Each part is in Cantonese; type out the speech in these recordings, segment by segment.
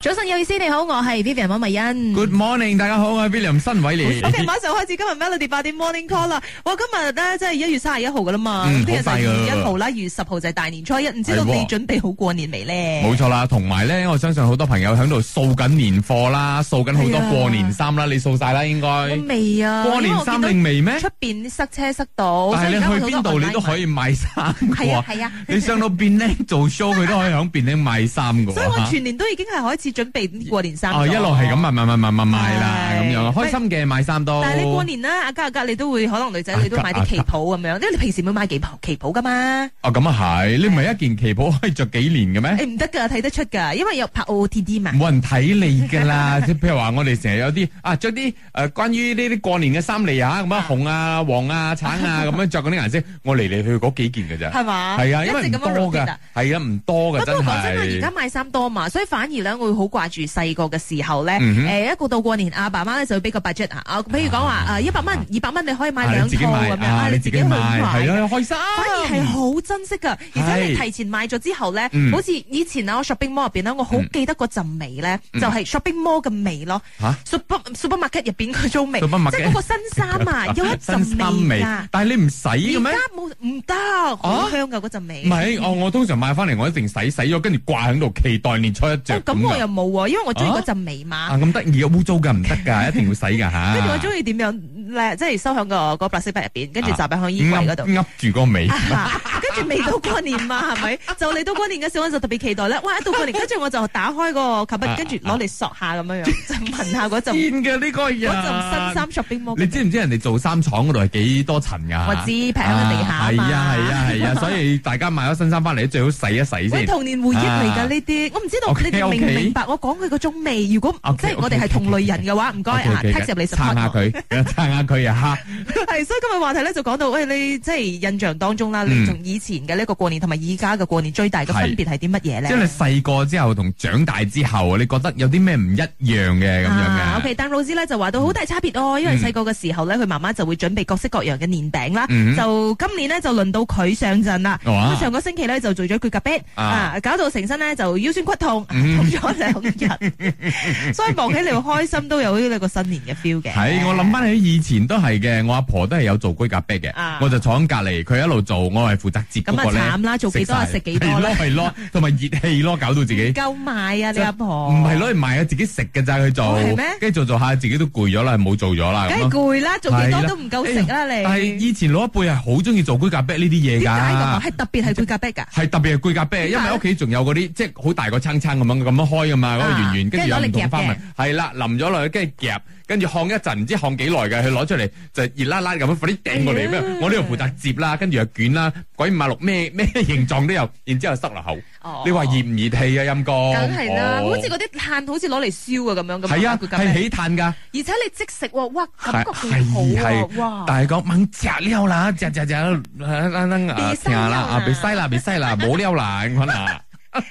早晨，有意思，你好，我係 Vivian 温慧欣。 Good morning，大家好，我係 William 新偉廉。 OK，馬上開始今日 Melody 八點 Morning Call 啦。哇，今日咧即係一月三十一號噶啦嘛，嗯聽日就二好快㗎月一號啦，二月十號就係大年初一，唔知道係喎你準備好過年未咧？冇錯啦，同埋咧，我相信好多朋友喺度掃緊年貨啦，掃緊好係啊多過年衫啦，你掃晒啦應該。我未啊，過年衫定未因為咩我見到？出邊塞車塞到，但係所以而家你去好多邊度 online 你都可以買衫買係嘅啊係啊，你上到便拎做 show，佢都可以喺便拎買衫嘅所以我喎。啊全年都已經係開始準備過年衫。哦，一路係咁。買買買買買買啦，係咁樣開心嘅買衫都。但係你過年啦，阿家阿家你都會可能女仔你都買啊啲家旗袍咁樣，因為你平時會買旗袍旗袍噶嘛。哦，咁啊係，你唔係一件旗袍可以着幾年嘅咩？誒唔得㗎，睇得出㗎，因為有拍 OOTD 嘛。冇人睇你噶啦， 即係譬如話我哋成日有啲啊着啲誒關於呢啲過年嘅衫嚟啊，咁啊紅啊黃啊橙 啊咁樣着嗰啲顏色，我嚟嚟去去嗰幾件嘅咋，係嘛？係啊，一因為直唔咁樣多 rotate 噶啊，係啊唔多不噶過真講真啦，啊而家係。買衫多嘛，所以反而咧，我會好掛住細個嘅時候咧。誒、嗯哼一個到過年，阿爸媽咧就會俾個 budget 啊啊，譬如講話誒一百蚊、二百蚊，你可以買啊兩你自己套買咁樣啊，你自己買，係咯。啊，開心。反而 係好珍惜噶，而且你提前買咗之後咧，嗯好似以前啊，我 shopping mall 入邊咧，我好記得嗰陣味咧，就嗯係 shopping mall 嘅味咯。嚇 super supermarket 入邊嗰種味，即 Supermarket 係嗰個新衫啊，有一 新陣衫味味㗎。，但係你唔洗嘅而咩家？冇唔得，好香噶嗰陣味。哦唔係，我我通常買翻嚟，我一定洗洗咗，跟住掛喺度，期待年初一着哦咁我又㗎。冇喎，因為我中意啊嗰陣味嘛啊。咁得意嘅，污糟㗎唔得㗎，一定要洗 㗎嚇。跟住我中意點樣咧，即係收喺個嗰白色筆入邊，啊跟住集喺響衣櫃嗰度。噏住個 尾。啊跟住未到過年嘛， 係咪？就嚟到過年嘅時候，我就特別期待咧。哇！一到過年，跟住我就打開個購物，啊跟住攞嚟索下咁樣樣，就聞下 嗰陣癲嘅呢個人。嗰陣新衫 shopping mall 你知唔知人哋做衫廠嗰度係幾多層㗎？我知平喺個地下啊係嘛啊係啊 係啊，所以大家買咗新衫翻嚟，最好洗一洗喂，先。啊童年回憶嚟㗎呢啲，我唔知道你 OK，哋明唔 OK 明白我講佢嗰種味。如果 OK，即係我哋係同類人嘅話，唔該 OK，啊嘅，text 入嚟 s 撐下佢， 撐下佢啊嚇！ 係，所以今日話題咧就講到，喂，你即係印象當中啦，你嗯從以前嘅呢個過年同埋而家嘅過年最大嘅分別係啲乜嘢咧？即係你細個之後同長大之後，你覺得有啲咩唔一樣嘅咁啊樣嘅？ OK，但老師咧就話到好大差別哦，因為嗯細個嘅時候咧，佢媽媽就會準備各式各樣嘅年餅啦。嗯就今年呢，就輪到佢上陣啦。哇咁上個星期咧就做咗腳夾壁啊啊，搞到成身咧就腰酸骨 痛，嗯痛咗兩日。 所以望起嚟開心都有呢個新年嘅 feel 嘅。係，我諗翻起以前都係嘅，我阿婆都係有做龜甲啤嘅啊，我就坐喺隔離，佢一路做，我係負責接嗰個咁咧啊慘啦做幾多啊晒食幾多係啦咯係咯，同埋熱氣咯，搞到自己唔。夠賣啊，你阿婆唔係攞嚟賣啊，自己食嘅咋佢做哦係咩，跟住做做下自己都攰咗啦，冇做咗啦梗咁係咯。攰啦，做幾係多啦都唔夠食啦哎但係你。以前老一輩係好中意做龜甲啤呢啲嘢點解咁啊？㗎，係特別係佢夾壁㗎。係特別係龜甲啤，解因為屋企仲有嗰啲即係好大個撐撐咁樣咁樣開㗎嘛，嗰個啊圓圓，跟住有唔同花跟紋住，係啦，淋咗落去，跟住夾，跟住烘一陣，唔知烘幾耐嘅，佢攞出嚟就熱辣辣咁樣，快啲掟過哎呀嚟，咩我呢度負責接啦，跟住又捲啦，鬼五馬六 咩咩形狀都有，然之後塞落口，哦你話熱唔熱氣啊？陰公，梗係啦，哦好似嗰啲炭好似攞嚟燒啊咁樣咁。係啊，佢夾係壁起炭㗎。而且你即食喎，哇，感覺係幾好係喎，哇！但係講猛嚼撩啦，嚼嚼嚼，啊啊停下啦，啊別西啦，別 西啦，冇撩啦，咁啦，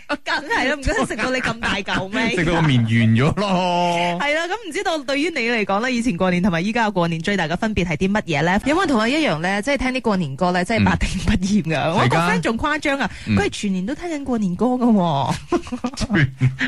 哦梗係啦，唔該食到你咁大嚿咩？ 食到個面圓咗咯。 係啦，咁唔知道對於你嚟講咧，以前過年同埋依家嘅過年最大嘅分別係啲乜嘢咧？有冇人同我一樣咧？即係聽啲過年歌咧，真係百聽不厭噶。我個嗯係㗎 friend 仲誇張啊，嗯佢係全年都聽緊過年歌噶喎，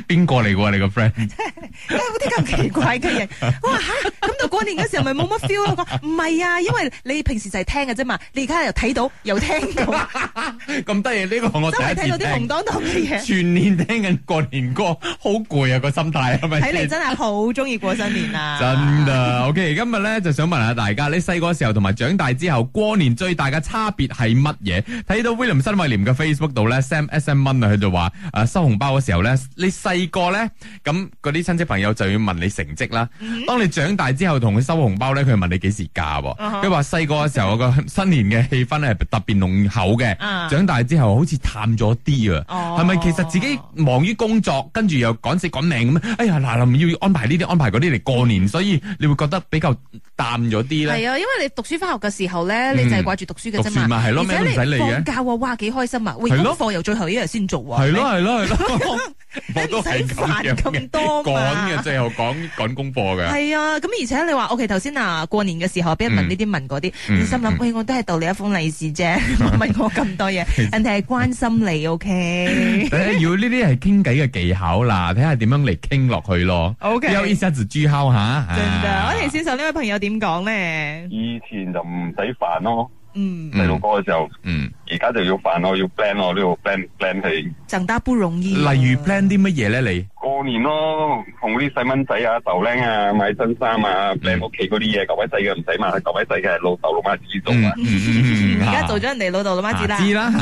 邊個嚟㗎？你個 friend 哎有啲咁奇怪嘅人。我話吓，咁到過年嘅時候咪冇乜 feel 咯？我話唔係啊，因為你平時就係聽嘅啫嘛，你而家又睇到又聽到，咁得意呢個 我真係第睇一到次啲紅聽，當當嘅嘢。全年聽緊過年歌，好攰啊個心態係咪睇嚟先？真係好中意過新年啊！真噶，OK，今日咧就想問下大家，你細個時候同埋長大之後，過年最大嘅差別係乜嘢？睇到 William 新威廉嘅 Facebook 度咧，Sam S M 蚊啊，佢就話誒收紅包嘅時候咧，你細個咧咁嗰啲親戚朋友就要問你成績啦。當你長大之後同佢收紅包咧，佢問你幾時嫁喎？啊哈佢話細個嘅時候個新年嘅氣氛係特別濃厚嘅啊，長大之後好似淡咗啲啊。哦係咪其實自己忙於工作，跟住又趕死趕命咁？哎呀，嗱臨要安排呢啲安排嗰啲嚟過年，所以你會覺得比較淡咗啲係咧。嗯啊，因為你讀書翻學嘅時候咧，你就係掛住讀書嘅啫讀書嘛，嘛係咯咩而且都唔使理你嘅放假喎，哇幾開心啊！喂，係功咯課又最後一日先做喎， 係咯係咯係咯，你唔使煩咁多嘛趕嘅，最後講趕功課嘅。係啊，咁而且你話，OK，頭先啊，過年嘅時候俾人問呢啲問嗰啲，嗯你心嗯諗，喂，我都係道你一封利是 啫，問我咁多嘢，人哋係關心你，OK， 但係要呢啲係傾偈嘅技巧啦，睇下點樣嚟傾落去咯。 OK 有一下子豬敲下，真嘅。啊我哋先手呢位朋友點講咧？以前就唔使煩咯，嗯，細路哥嘅時候，嗯，而家就要煩咯，要 plan 咯，呢度 plan plan 佢長大不容易。例如 plan 啲乜嘢咧？你過年咯，同啲細蚊仔啊、豆僆啊買新衫啊，plan 屋企嗰啲嘢，舊位仔嘅唔使買，舊位仔嘅係老豆老媽自己做啊。嗯 而家做咗人哋老豆老媽子啦，知啦哈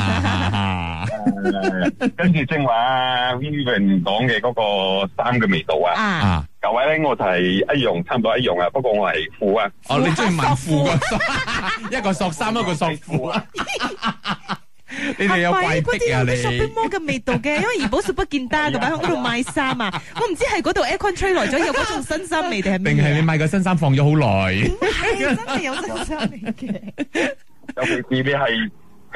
哈哈， 跟住正話 Vivian 講嘅嗰個衫嘅味道啊，啊，啊，舊位咧我就係一樣，差唔多一樣啊，不過我係褲啊，哦，你中意問褲褲啊 個一個索衫一個索褲啊？你哋有係咪怪嗰癖啲啊有你啲 shopping？mall 嘅味道 嘅，因為怡寶 super 健達咁樣喺嗰度賣衫啊，我唔知係嗰度 aircon 吹來咗有嗰種新衫味定係咩定係你啊？買個新衫放咗好耐？係真係有新衫味 嘅。尤其是你係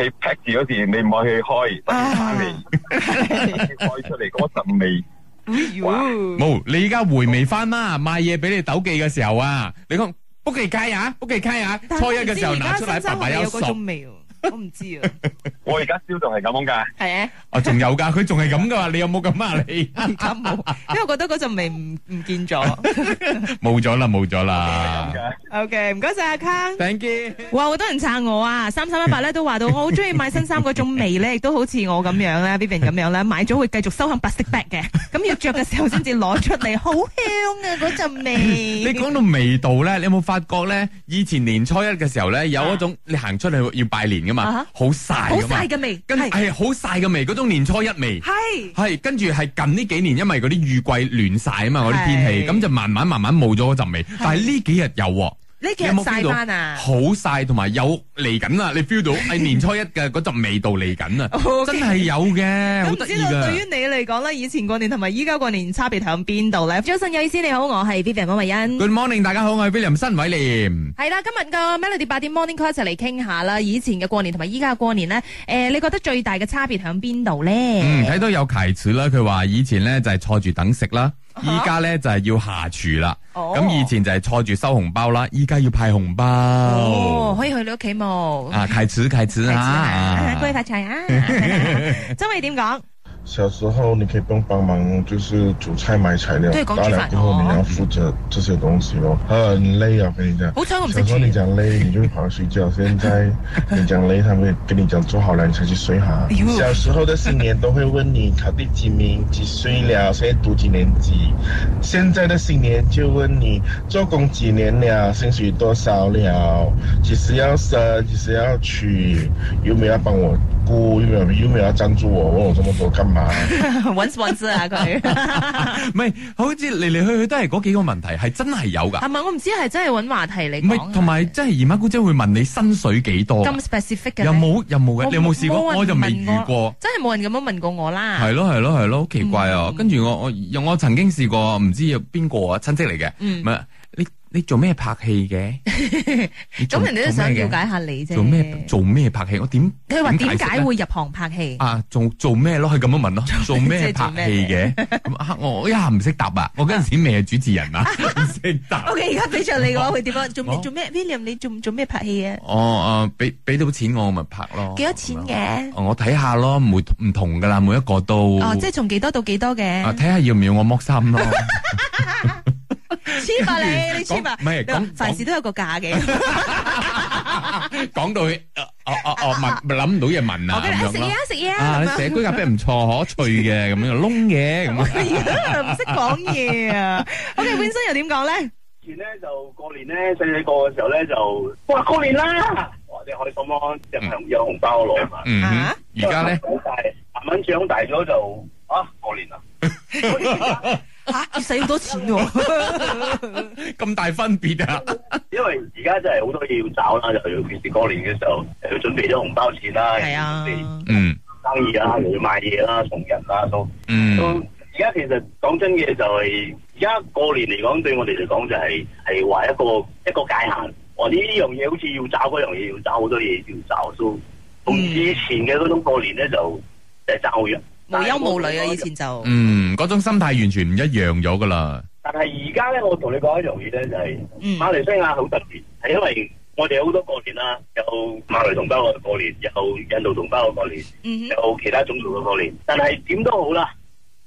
去 pack 住嗰時，你唔可以去開， 等佢翻嚟開出嚟嗰陣味。冇，你而家回味翻啦，賣嘢俾你鬥記嘅時候啊，你講 book 期街啊，book 期街啊，但初一嘅時候拿出嚟，爸爸有有嗰索種。味喎，我唔知啊。我而家燒仲係咁樣噶。 係啊，哦，仲有噶，佢仲係咁噶 嘛？你有冇咁啊？你 而家 冇，因為我覺得嗰陣味唔唔見 咗。冇咗啦，冇咗啦。 OK，唔該晒阿康。 Thank you。 哇！好多人撐我啊，三三一八咧都話到，我好中意買新衫嗰種味咧，亦都好似我咁 樣咧，Vivian 咁樣咧，買咗會繼續收響白色 bag 嘅，咁要着嘅時候先至攞出嚟，好香啊嗰 陣你味。講到味道咧，你有冇發覺咧？以前年初一嘅時候咧，有一種你行出去要拜年噶嘛啊，好晒好噶嘛晒，嘅味，跟係係好晒嘅味，嗰種年初一味。係係，跟住係近呢幾年，因為嗰啲雨季亂晒啊嘛，嗰啲天氣，係咁就慢慢慢慢冇咗嗰陣味。但係呢幾日有喎，呢幾你日有冇晒 feel 翻到啊！好晒，同埋有嚟緊啦，你 feel 到係年初一嘅嗰陣味道嚟緊啊，哦 OK 真係有嘅，好咁唔得知意道對於㗎。你嚟講咧，以前過年同埋依家過年差別喺邊度咧？早晨有意思，你好，我係 Vivian 温慧欣。 Good morning，大家好，我係 William 新偉廉。係啦，今日個 Melody 八點 Morning Call 一齊嚟傾下啦。以前嘅過年同埋依家嘅過年咧，誒、你覺得最大嘅差別喺邊度咧？嗯，睇到有啟齒啦，佢話以前咧就係坐住等食啦，依家咧就係要下廚啦。哦咁以前就係坐住收紅包啦，依家要派紅包。哦，可以去你屋企冇？嗯啊，啟齒啟齒係啊啊，，恭喜發財啊！ 周偉點 講？小时候你可以不用帮忙，就是煮菜买材料对，公大鸡了饭过后哦你要负责这些东西咯，很累啊！我跟你讲，好彩我唔識小时候你煮。讲累，你就跑去睡觉。现在你讲累，他们跟你讲做好了，你才去睡哈哎呦。小时候的新年都会问你考第几名，几岁了，现在读几年级。现在的新年就问你做工几年了，薪水多少了，几时要生，几时要娶，有没有要帮我顾，有没有有没有要赞助我，问我这么多干嘛？揾揾啫啊 佢，唔係，好似嚟嚟去去都係嗰幾個問題，係真係有㗎。係咪？我唔知係真係揾話題嚟唔講啊係，同埋真係姨媽姑姐會問你薪水幾多㗎咁 specific 嘅咩有？冇有冇嘅？你有冇試過？冇人我就未遇問過。真係冇人咁樣問過我啦。係咯係咯係咯，好奇怪啊！嗯跟住我我又我曾經試過，唔知有邊個啊親戚嚟嘅，嗯咪你你做咩拍 戲嘅？你做咁人哋都想做咩了嘅解下你啫。做咩做咩拍戲？我點佢話點解釋呢會入行拍戲？啊做做咩咯？係咁樣問咯，做咩即係 做拍咩戲嘅？咁啊 我我一下唔識答啊！我嗰陣時未係主 持人啊，唔識答。 OK，而家俾着你嘅話，會點啊？做咩我做咩？William，你做唔做咩拍戲啊？哦，誒，俾俾到錢我我咪拍咯。幾多錢咁樣？嘅？哦我睇下咯，每唔同噶啦，每一個都。哦，即係從幾多到幾多嘅啊，？睇下要唔要我剝衫 咯。黐吧你，你黐吧。講唔係你話講凡事都有個價嘅。講到去，哦哦哦，問諗唔到嘢問我啊跟住咁哎食嘢樣咯啊，。食嘢啊，啊你咁樣寫居咖啡唔錯，可脆嘅，咁樣窿 嘅，咁樣唔識講嘢啊！OK，本身又點講咧？以前咧就過年咧細細個嘅時候咧就哇過年啦，我哋開心咯，有紅有紅包攞嘛。嗯哼啊，而家咧，長大慢慢長大咗就啊過年啦，嚇，要使好多錢 喎！咁大分別啊！因為而家真係好多嘢要找啦，又要平時過年嘅時候又要準備咗紅包錢啦，係啊又要準，嗯備生意啦，又要買嘢啦，送人啦，都都嗯，而家其實講真嘅就係而家過年嚟講對我哋嚟講就係係話一個一個界限，我呢樣嘢好似要找嗰樣嘢要找好多嘢要找，都嗯同以前嘅嗰種過年咧就就係爭好遠，無憂無慮啊，以前就嗯，嗰種心態完全唔一樣咗噶啦。但係而家咧，我同你講一樣嘢咧，就係、嗯馬來西亞好特別，係因為我哋好多過年啦，有馬來同胞嘅過年，有印度同胞嘅過年，嗯哼，有其他種族嘅過年。但係點都好啦，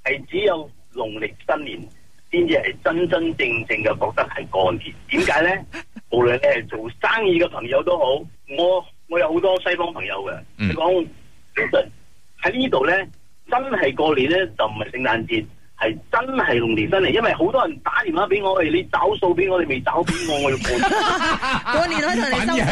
係只有農曆新年先至係真真正正嘅覺得係過年。點解 咧？無論你係做生意嘅朋友都好，我我有好多西方朋友嘅，嗯你講 Jason 喺呢度咧，真係過年咧就唔係聖誕節。係真係農曆新年，因為好多人打電話俾我，喂，你找數俾我，你未找俾我，我要過年。 過年可以同你收數反而係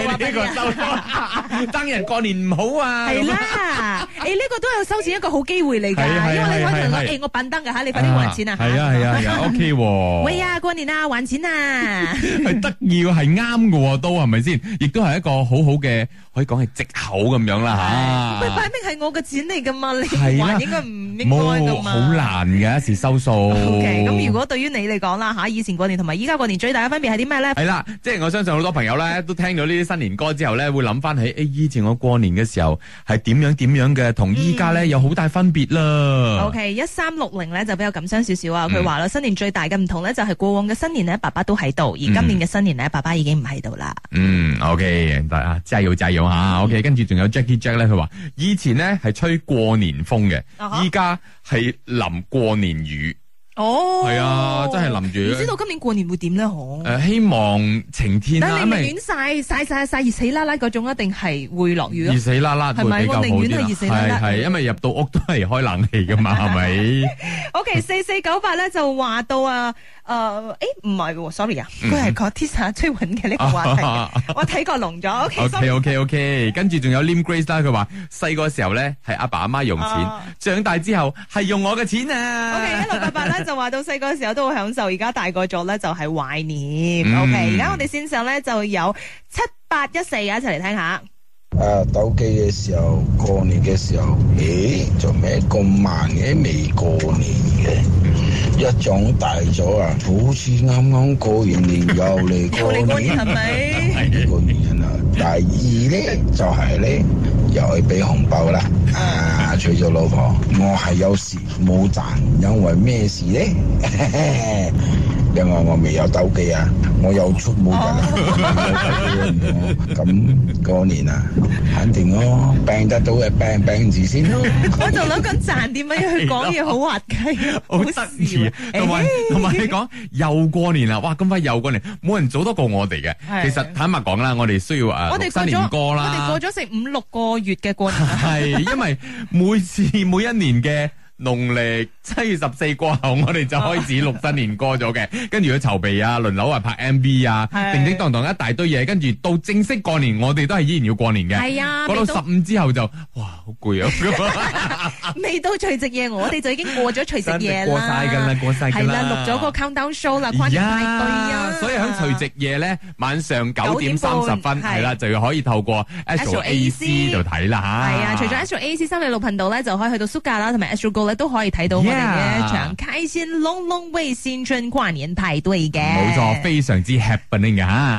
啊，呢俾個你 收數，爭人過年唔好啊！系咁啊啦，诶呢個都有收錢一個好機會嚟㗎，係啊係啊因為你可以同佢係啊係講，啊诶我笨登㗎吓，你快 À, 啲還錢啊！係啊係 啊係啊，OK 喎。喂啊，過年啊，還錢啊！ 係得意喎，係啱嘅喎，都係咪先？亦都係一個好好嘅，可以講係藉口咁樣啦喂，吓擺。明係我嘅錢嚟㗎嘛，係你啊啦還應該唔應該冇㗎嘛？好難嘅，一時收數。 O K，咁如果對於你嚟講啦吓，以前過年同埋依家過年最大嘅分別係啲咩咧？系啦，即 係我相信好多朋友咧都聽到呢啲新年歌之後咧，會諗翻起诶、哎以前我過年嘅時候係點樣點樣嘅，同依家咧有好大分別啦。 O K，一三六零咧就比較感傷少少啊。佢啊嗯話啦，新年最大嘅唔同咧就係過往嘅新年咧，爸爸都喺度，而今年嘅新年咧，爸爸已經唔喺度啦。嗯，OK，大家加油加油吓，OK，跟住嗯仲有 Jackie Jack 咧，佢話以前咧係吹過年風啊哈嘅，依家係淋過年雨，哦係啊，真係淋唔雨知。道今年過年會點咧？嗬诶、。希望晴天但啦，係因你為寧願晒晒晒晒熱死啦啦嗰種，一定係會落雨咯熱。死啦啦會係咪比較好我寧願啲啦。係熱死啦啦係因為入到屋都係開冷氣 噶嘛，係咪？ O.K. 四四九八咧就話到啊，誒、誒唔係喎，sorry 啊，佢係個 Tisa 追揾嘅呢啊個話題 嘅，我睇過聾咗。O.K. O 心 K O K O K，跟住仲有 Lim Grace 啦，佢話細個時候咧係阿爸阿媽用錢啊，長大之後係用我嘅錢 O K，啊一。六八八咧就話到細個時候都好享受，而家大個咗咧就係懷念。嗯 O K，而家我哋線上咧就有七八一四啊，一齊嚟聽下。啊，鬥機嘅時候，過年嘅時候，咦，做咩咁慢嘅？未過年嘅，一長大咗啊，好似啱啱過完年又嚟 又過嚟過年年係，咪？係呢個原因啦。第二咧就係、咧，又去俾紅包啦。啊，娶咗老婆，我係有時冇賺，因為咩事咧？因為我未有鬥機啊，我有出每日啊。咁過年啊，肯定咯，病得到嘅病病住先咯。我就諗緊賺點樣去講嘢好滑稽， 好得意啊，笑哎同埋同埋你講又過年啦，哇！咁快又過年，冇人做得過我哋嘅。係其實坦白講啦，我哋需 要我哋誒新過咗年歌我哋啦過，咗成五六個月嘅過 年。係因為每次 每一年嘅。農曆七月十四過後，我哋就開始錄新年歌 咗嘅，跟住去籌備啊，輪流啊拍 MV 啊，係叮叮當當一大堆嘢，跟住到正式過年，我哋都係依然要過年嘅。係啊，過未到到十五之後就哇好攰啊， 未到除夕夜，我哋就已經過咗除 夕夜啦。過晒㗎啦，過晒㗎係啦，錄咗個 countdown show 啦，關大隊啊。哎所以喺除夕夜咧，晚上九點三十分9:30係啦，就要可以透過 Astro AC AC 就睇啦吓。系啊，除咗 Astro AC 三六頻道咧，就可以去到 Suga 啦，同埋 Astro Go 咧，都可以睇到我哋嘅一 Yeah 場開心隆隆為新春跨年派對嘅。冇錯，非常之 happening 嘅吓。